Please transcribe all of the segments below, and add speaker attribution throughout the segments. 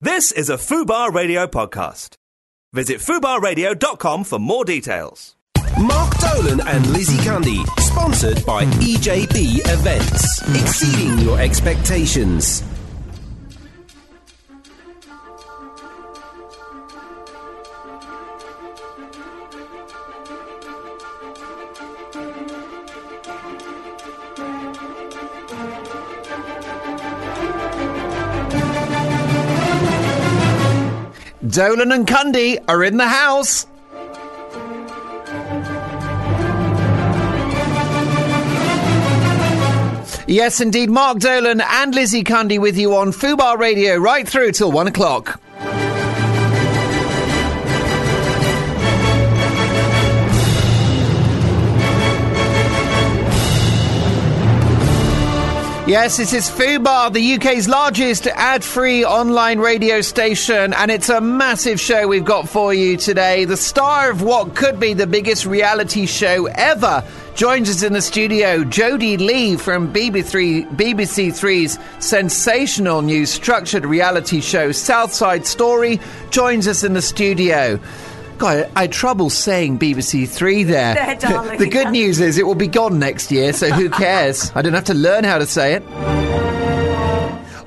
Speaker 1: This is a Fubar Radio podcast. Visit fubarradio.com for more details.
Speaker 2: Mark Dolan and Lizzie Candy, sponsored by EJB Events, exceeding your expectations.
Speaker 3: Dolan and Cundy are in the house. Yes, indeed. Mark Dolan and Lizzie Cundy with you on Fubar Radio right through till one o'clock. Yes, this is Fubar, the UK's largest ad-free online radio station, and it's a massive show we've got for you today. The star of what could be the biggest reality show ever joins us in the studio, Jodie Lee from BBC3, BBC3's sensational new structured reality show Southside Story joins us in the studio. God, I had trouble saying BBC Three there.
Speaker 4: There, darling.
Speaker 3: the good news is it will be gone next year, so who cares? I don't have to learn how to say it.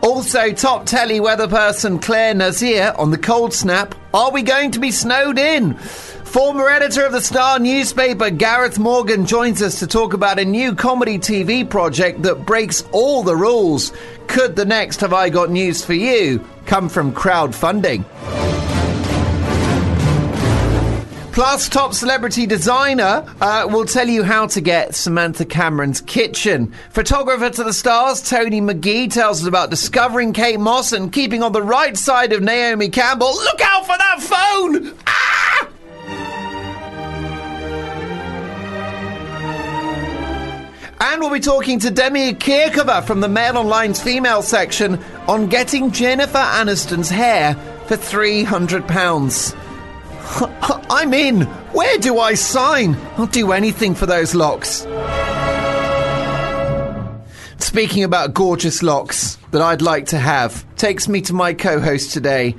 Speaker 3: Also, top telly weather person Claire Nazir on the cold snap. Are we going to be snowed in? Former editor of the Star newspaper Gareth Morgan joins us to talk about a new comedy TV project that breaks all the rules. Could the next Have I Got News for You come from crowdfunding? Plus, top celebrity designer uh, will tell you how to get Samantha Cameron's kitchen. Photographer to the stars, Tony McGee, tells us about discovering Kate Moss and keeping on the right side of Naomi Campbell. Look out for that phone! Ah! And we'll be talking to Demi Kirkova from the Mail Online's female section on getting Jennifer Aniston's hair for £300. I'm in. Where do I sign? I'll do anything for those locks. Speaking about gorgeous locks that I'd like to have, takes me to my co host today.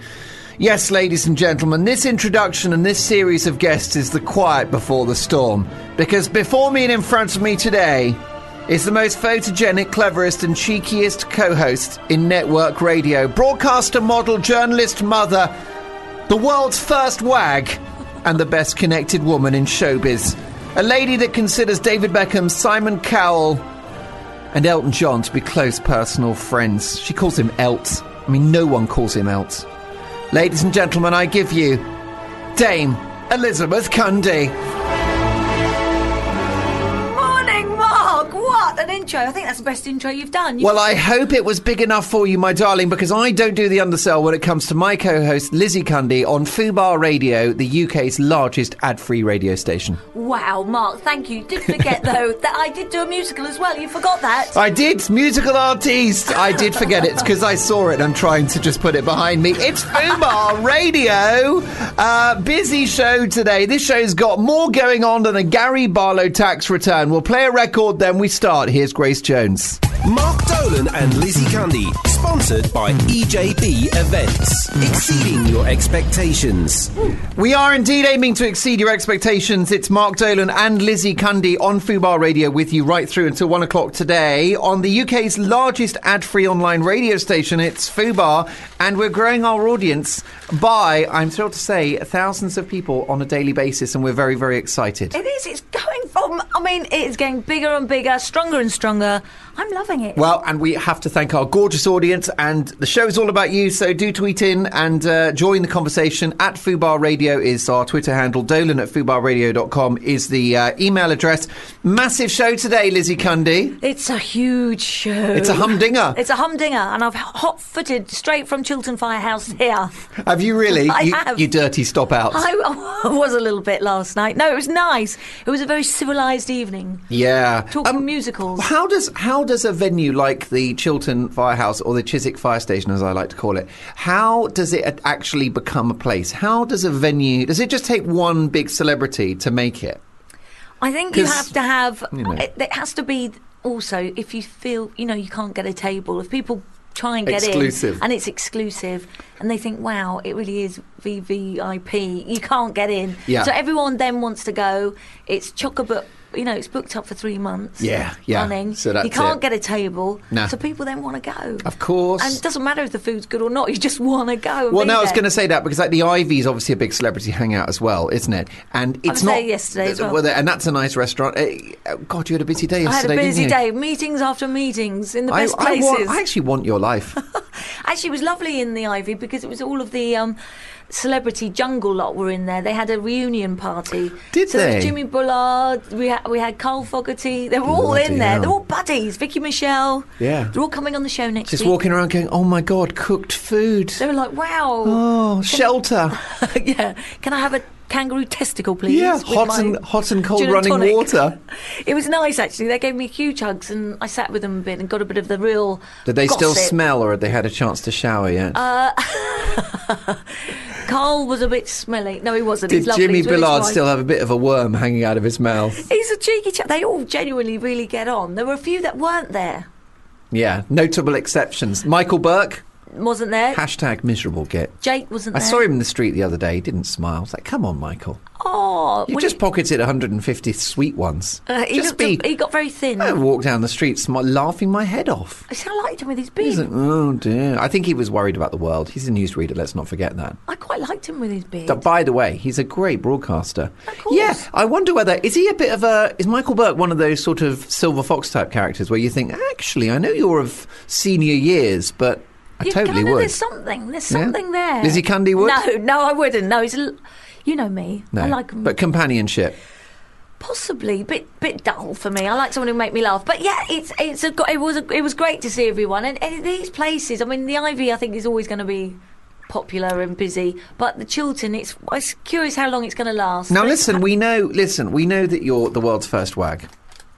Speaker 3: Yes, ladies and gentlemen, this introduction and this series of guests is the quiet before the storm. Because before me and in front of me today is the most photogenic, cleverest, and cheekiest co host in network radio, broadcaster, model, journalist, mother, the world's first wag and the best connected woman in showbiz. A lady that considers David Beckham, Simon Cowell, and Elton John to be close personal friends. She calls him Elt. I mean, no one calls him Elt. Ladies and gentlemen, I give you Dame Elizabeth Cundy.
Speaker 4: Morning, Mark. What an intro! I think that's the best intro you've done. You-
Speaker 3: Well, I hope it was big enough for you, my darling, because I don't do the undersell when it comes to my co host, Lizzie Cundy, on Fubar Radio, the UK's largest ad free radio station.
Speaker 4: wow, Mark. Thank you. Did forget though that I did do a musical as well. You forgot that.
Speaker 3: I did, musical artiste. I did forget it because I saw it. and I'm trying to just put it behind me. It's Fubar Radio. Uh, busy show today. This show's got more going on than a Gary Barlow tax return. We'll play a record, then we start. Here's Grace Jones.
Speaker 2: Mark Dolan and Lizzie Candy, sponsored by EJB Events, exceeding your expectations.
Speaker 3: We are indeed aiming to exceed your expectations. It's Mark Dolan and Lizzie Cundy on Fubar Radio with you right through until one o'clock today on the UK's largest ad free online radio station. It's Fubar, and we're growing our audience by, I'm thrilled to say, thousands of people on a daily basis, and we're very, very excited.
Speaker 4: It is. It's going from. I mean, it is getting bigger and bigger, stronger and stronger. I'm loving it.
Speaker 3: Well, and we have to thank our gorgeous audience, and the show is all about you. So do tweet in and uh, join the conversation. At Fubar Radio is our Twitter handle. Dolan at fubarradio.com is the uh, email address. Massive show today, Lizzie Cundy.
Speaker 4: it's a huge show.
Speaker 3: It's a humdinger.
Speaker 4: It's a humdinger, and I've hot-footed straight from Chiltern Firehouse here.
Speaker 3: have you really?
Speaker 4: I
Speaker 3: you,
Speaker 4: have.
Speaker 3: you dirty stop out.
Speaker 4: I was a little bit last night. No, it was nice. It was a very civilised evening.
Speaker 3: yeah. Um,
Speaker 4: Talking musicals.
Speaker 3: How does how does a venue like the Chiltern Firehouse or the Chiswick Fire Station, as I like to call it, how does it actually become a place? How does a venue? Does it just take one big celebrity to make it?
Speaker 4: I think you
Speaker 3: 'Cause,
Speaker 4: have to have.
Speaker 3: you know.
Speaker 4: It, it has to be also if you feel you know you can't get a table. If people try and get
Speaker 3: Exclusive.
Speaker 4: in, and it's exclusive. And they think, wow, it really is VVIP. You can't get in.
Speaker 3: Yeah.
Speaker 4: So everyone then wants to go. It's chockable. You know, it's booked up for three months.
Speaker 3: Yeah, yeah.
Speaker 4: Running.
Speaker 3: So that's
Speaker 4: you can't
Speaker 3: it.
Speaker 4: get a table.
Speaker 3: No.
Speaker 4: So people then want to go.
Speaker 3: Of course.
Speaker 4: And it doesn't matter if the food's good or not. You just want to go. and
Speaker 3: Well,
Speaker 4: be
Speaker 3: no, I was
Speaker 4: there.
Speaker 3: going to say that because like the Ivy is obviously a big celebrity hangout as well, isn't it? And it's
Speaker 4: was
Speaker 3: not
Speaker 4: there yesterday as well.
Speaker 3: there- and that's a nice restaurant. Eh, oh, God, you had a busy day
Speaker 4: I had
Speaker 3: yesterday.
Speaker 4: a busy
Speaker 3: didn't you?
Speaker 4: day, meetings after meetings in the
Speaker 3: I,
Speaker 4: best
Speaker 3: I,
Speaker 4: places.
Speaker 3: want, I actually want your life.
Speaker 4: Actually, it was lovely in the Ivy because it was all of the um, celebrity jungle lot were in there. They had a reunion party.
Speaker 3: Did
Speaker 4: so there was
Speaker 3: they?
Speaker 4: Jimmy Bullard. We had we had Carl Fogarty. They were all in
Speaker 3: Bloody
Speaker 4: there.
Speaker 3: hell.
Speaker 4: They're all buddies. Vicky Michelle.
Speaker 3: Yeah.
Speaker 4: They're all coming on the show next
Speaker 3: Just
Speaker 4: week.
Speaker 3: walking around going, oh my God, cooked food.
Speaker 4: They were like, wow.
Speaker 3: Oh, shelter.
Speaker 4: yeah. Can I have a kangaroo testicle, please?
Speaker 3: Yeah,
Speaker 4: with
Speaker 3: hot
Speaker 4: my
Speaker 3: and- hot and cold
Speaker 4: gin and
Speaker 3: running
Speaker 4: tonic?
Speaker 3: water.
Speaker 4: It was nice actually. They gave me huge hugs, and I sat with them a bit and got a bit of the real.
Speaker 3: Did they still
Speaker 4: gossip. Uh,
Speaker 3: smell or had they had a chance to shower yet?
Speaker 4: Carl was a bit smelly. No, he wasn't.
Speaker 3: Did
Speaker 4: He's lovely.
Speaker 3: Jimmy
Speaker 4: He's with his
Speaker 3: Billard
Speaker 4: wife.
Speaker 3: still have a bit of a worm hanging out of his mouth?
Speaker 4: He's a cheeky chap. They all genuinely really get on. There were a few that weren't there.
Speaker 3: Yeah, notable exceptions. Michael Burke,
Speaker 4: Wasn't there?
Speaker 3: hashtag miserable git.
Speaker 4: Jake wasn't
Speaker 3: I
Speaker 4: there.
Speaker 3: saw him in the street the other day. He didn't smile. I was like, come on, Michael.
Speaker 4: Oh,
Speaker 3: You
Speaker 4: well,
Speaker 3: just
Speaker 4: he-
Speaker 3: pocketed 150 sweet ones.
Speaker 4: uh, he,
Speaker 3: just Oh.
Speaker 4: looked a- he got very thin.
Speaker 3: I walk down the street smi- laughing my head off.
Speaker 4: I see, I liked him with his
Speaker 3: He's like,
Speaker 4: beard.
Speaker 3: oh dear. I think he was worried about the world. He's a newsreader, let's not forget that.
Speaker 4: I quite liked him with his beard.
Speaker 3: But by the way, he's a great broadcaster.
Speaker 4: Of course.
Speaker 3: Yeah, I wonder whether is he a bit of a is Michael Burke one of those sort of silver fox type characters where you think actually I know you're of senior years, but I
Speaker 4: you
Speaker 3: totally
Speaker 4: kinda,
Speaker 3: would.
Speaker 4: There's something. There's
Speaker 3: Yeah.
Speaker 4: something there.
Speaker 3: Lizzie Cundy would?
Speaker 4: No, no, I wouldn't. No, he's. a l you know me.
Speaker 3: No,
Speaker 4: I like him.
Speaker 3: but companionship.
Speaker 4: possibly bit bit dull for me. I like someone who make me laugh. But yeah, it's it's a, go- it was a, it was great to see everyone and, and these places. I mean, the Ivy I think is always going to be popular and busy, but the Chiltern it's it's curious how long it's going to last.
Speaker 3: Now
Speaker 4: But it's-
Speaker 3: listen, we know. Listen, we know that you're the world's first wag,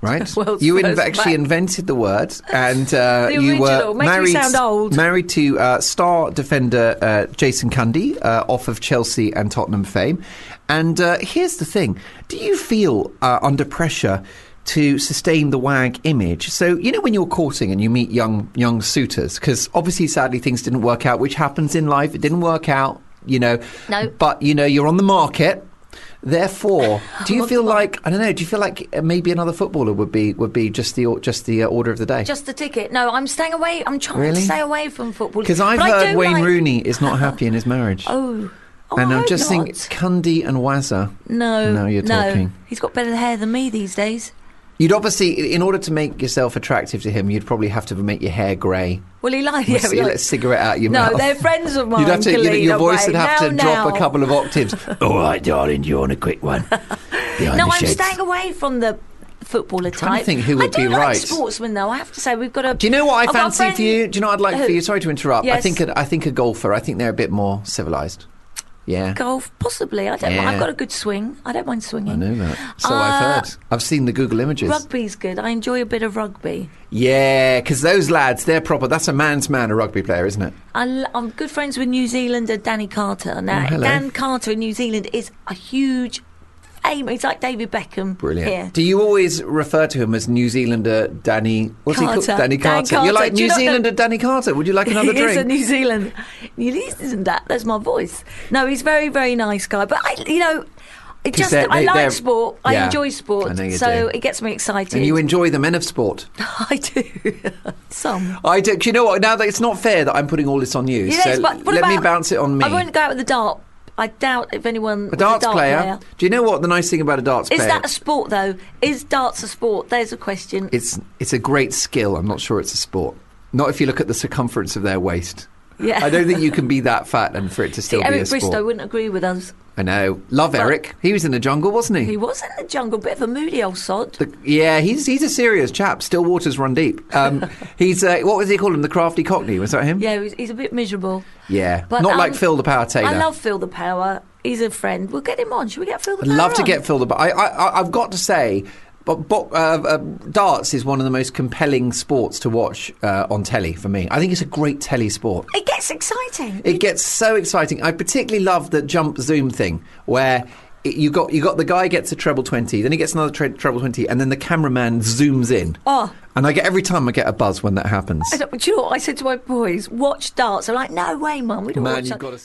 Speaker 3: right?
Speaker 4: World's
Speaker 3: you
Speaker 4: first
Speaker 3: actually
Speaker 4: wag.
Speaker 3: invented the word, and uh,
Speaker 4: The
Speaker 3: you were
Speaker 4: original. Makes me
Speaker 3: married.
Speaker 4: sound old.
Speaker 3: Married to uh, star defender uh, Jason Cundy, uh, off of Chelsea and Tottenham fame. And uh, here's the thing: Do you feel uh, under pressure? To sustain the wag image, so you know when you're courting and you meet young young suitors, because obviously, sadly, things didn't work out, which happens in life. It didn't work out, you know.
Speaker 4: No.
Speaker 3: But you know, you're on the market. Therefore, do you
Speaker 4: on
Speaker 3: feel
Speaker 4: the market.
Speaker 3: like I don't know? Do you feel like uh, maybe another footballer would be would be just the or- just the uh, order of the day?
Speaker 4: just the ticket. No, I'm staying away. I'm trying
Speaker 3: Really?
Speaker 4: to stay away from football
Speaker 3: Because I've
Speaker 4: But I
Speaker 3: heard
Speaker 4: do
Speaker 3: Wayne
Speaker 4: like-
Speaker 3: Rooney is not happy in his marriage,
Speaker 4: Oh, oh
Speaker 3: and
Speaker 4: I
Speaker 3: I'm
Speaker 4: hope
Speaker 3: just
Speaker 4: not.
Speaker 3: thinking Cundy and Wazza.
Speaker 4: No,
Speaker 3: now you're
Speaker 4: no.
Speaker 3: talking.
Speaker 4: He's got better hair than me these days.
Speaker 3: You'd obviously, in order to make yourself attractive to him, you'd probably have to make your hair grey.
Speaker 4: Well, he likes.
Speaker 3: Let's
Speaker 4: Yeah,
Speaker 3: see,
Speaker 4: he
Speaker 3: let a
Speaker 4: likes-
Speaker 3: cigarette out of your
Speaker 4: no,
Speaker 3: mouth.
Speaker 4: they're friends of mine.
Speaker 3: You'd have to, you know,
Speaker 4: Khalid,
Speaker 3: your
Speaker 4: I'm
Speaker 3: voice
Speaker 4: like,
Speaker 3: would have
Speaker 4: now,
Speaker 3: to drop
Speaker 4: now.
Speaker 3: a couple of octaves. All right, darling, you want a quick one? Behind
Speaker 4: No,
Speaker 3: the
Speaker 4: I'm
Speaker 3: shades.
Speaker 4: staying away from the footballer
Speaker 3: trying to
Speaker 4: type.
Speaker 3: think who would
Speaker 4: I
Speaker 3: be
Speaker 4: do like
Speaker 3: right.
Speaker 4: sportsmen, though. I have to say, we've got a.
Speaker 3: Do you know what I
Speaker 4: I've got a
Speaker 3: fancy
Speaker 4: friend-
Speaker 3: for you? Do you know what I'd like for
Speaker 4: Who?
Speaker 3: you? Sorry to interrupt. I
Speaker 4: Yes.
Speaker 3: think a, I think a golfer. I think they're a bit more civilized. Yeah,
Speaker 4: Golf, possibly. I don't.
Speaker 3: Yeah.
Speaker 4: I've got a good swing. I don't mind swinging.
Speaker 3: I know that. So
Speaker 4: Uh,
Speaker 3: I've heard. I've seen the Google images.
Speaker 4: Rugby's good. I enjoy a bit of rugby.
Speaker 3: Yeah, because those lads, they're proper. That's a man's man, a rugby player, isn't it?
Speaker 4: I l- I'm good friends with New Zealander Danny Carter. Now,
Speaker 3: Oh, hello.
Speaker 4: Dan Carter in New Zealand is a huge aim. He's like David Beckham.
Speaker 3: Brilliant.
Speaker 4: Here.
Speaker 3: Do you always refer to him as New Zealander Danny? What's he
Speaker 4: Carter.
Speaker 3: called? Danny
Speaker 4: Dan
Speaker 3: Carter. You're
Speaker 4: Carter.
Speaker 3: like
Speaker 4: Do you
Speaker 3: New
Speaker 4: not know-
Speaker 3: Zealander Danny Carter. Would you like another
Speaker 4: he is a
Speaker 3: drink?
Speaker 4: New Zealand. New Zealand isn't that. That's my voice. No, he's very, very nice guy. But I, you know, it
Speaker 3: 'Cause
Speaker 4: just
Speaker 3: they're-
Speaker 4: I
Speaker 3: they- they're-
Speaker 4: like sport.
Speaker 3: yeah.
Speaker 4: I enjoy sport.
Speaker 3: I know you
Speaker 4: so
Speaker 3: do.
Speaker 4: it gets me excited.
Speaker 3: And you enjoy the men of sport.
Speaker 4: I do. Some.
Speaker 3: I do. do you know what? Now that it's not fair that I'm putting all this on you.
Speaker 4: Yes,
Speaker 3: so
Speaker 4: but what
Speaker 3: let me
Speaker 4: about-
Speaker 3: bounce it on me.
Speaker 4: I wouldn't go out with the dart. I doubt if anyone.
Speaker 3: A darts player. Do you know what the nice thing about a darts
Speaker 4: Is
Speaker 3: player?
Speaker 4: that a sport though? Is darts a sport? There's a question.
Speaker 3: It's it's a great skill. I'm not sure it's a sport. Not if you look at the circumference of their waist.
Speaker 4: Yeah.
Speaker 3: I don't think you can be that fat and for it to still
Speaker 4: See,
Speaker 3: be a
Speaker 4: Eric
Speaker 3: sport.
Speaker 4: Bristow wouldn't agree with us.
Speaker 3: I know. Love
Speaker 4: But-
Speaker 3: Eric. He was in the jungle, wasn't he?
Speaker 4: He was in the jungle, bit of a moody old sod.
Speaker 3: The- yeah, he's he's a serious chap. Still waters run deep. Um, he's uh, what was he called him? The crafty cockney. Was that him?
Speaker 4: yeah, he's, he's a bit miserable.
Speaker 3: Yeah.
Speaker 4: But,
Speaker 3: Not like
Speaker 4: um,
Speaker 3: Phil the Power Taylor.
Speaker 4: I love Phil the Power. He's a friend. We'll get him on. Should we get Phil the
Speaker 3: I'd
Speaker 4: Power?
Speaker 3: love to
Speaker 4: on?
Speaker 3: get Phil the. I, I, I- I've got to say, but, bo- uh, uh, darts is one of the most compelling sports to watch uh, on telly for me. I think it's a great telly sport.
Speaker 4: It gets exciting.
Speaker 3: It gets so exciting. I particularly love the jump zoom thing where it- you got you got the guy gets a treble twenty, then he gets another tre- treble twenty, and then the cameraman zooms in.
Speaker 4: Oh.
Speaker 3: And I get every time I get a buzz when that happens.
Speaker 4: I don't- do you know what I said to my boys? Watch darts. They're like, no way, mum. We don't
Speaker 3: Man,
Speaker 4: watch
Speaker 3: you've
Speaker 4: darts.
Speaker 3: got to.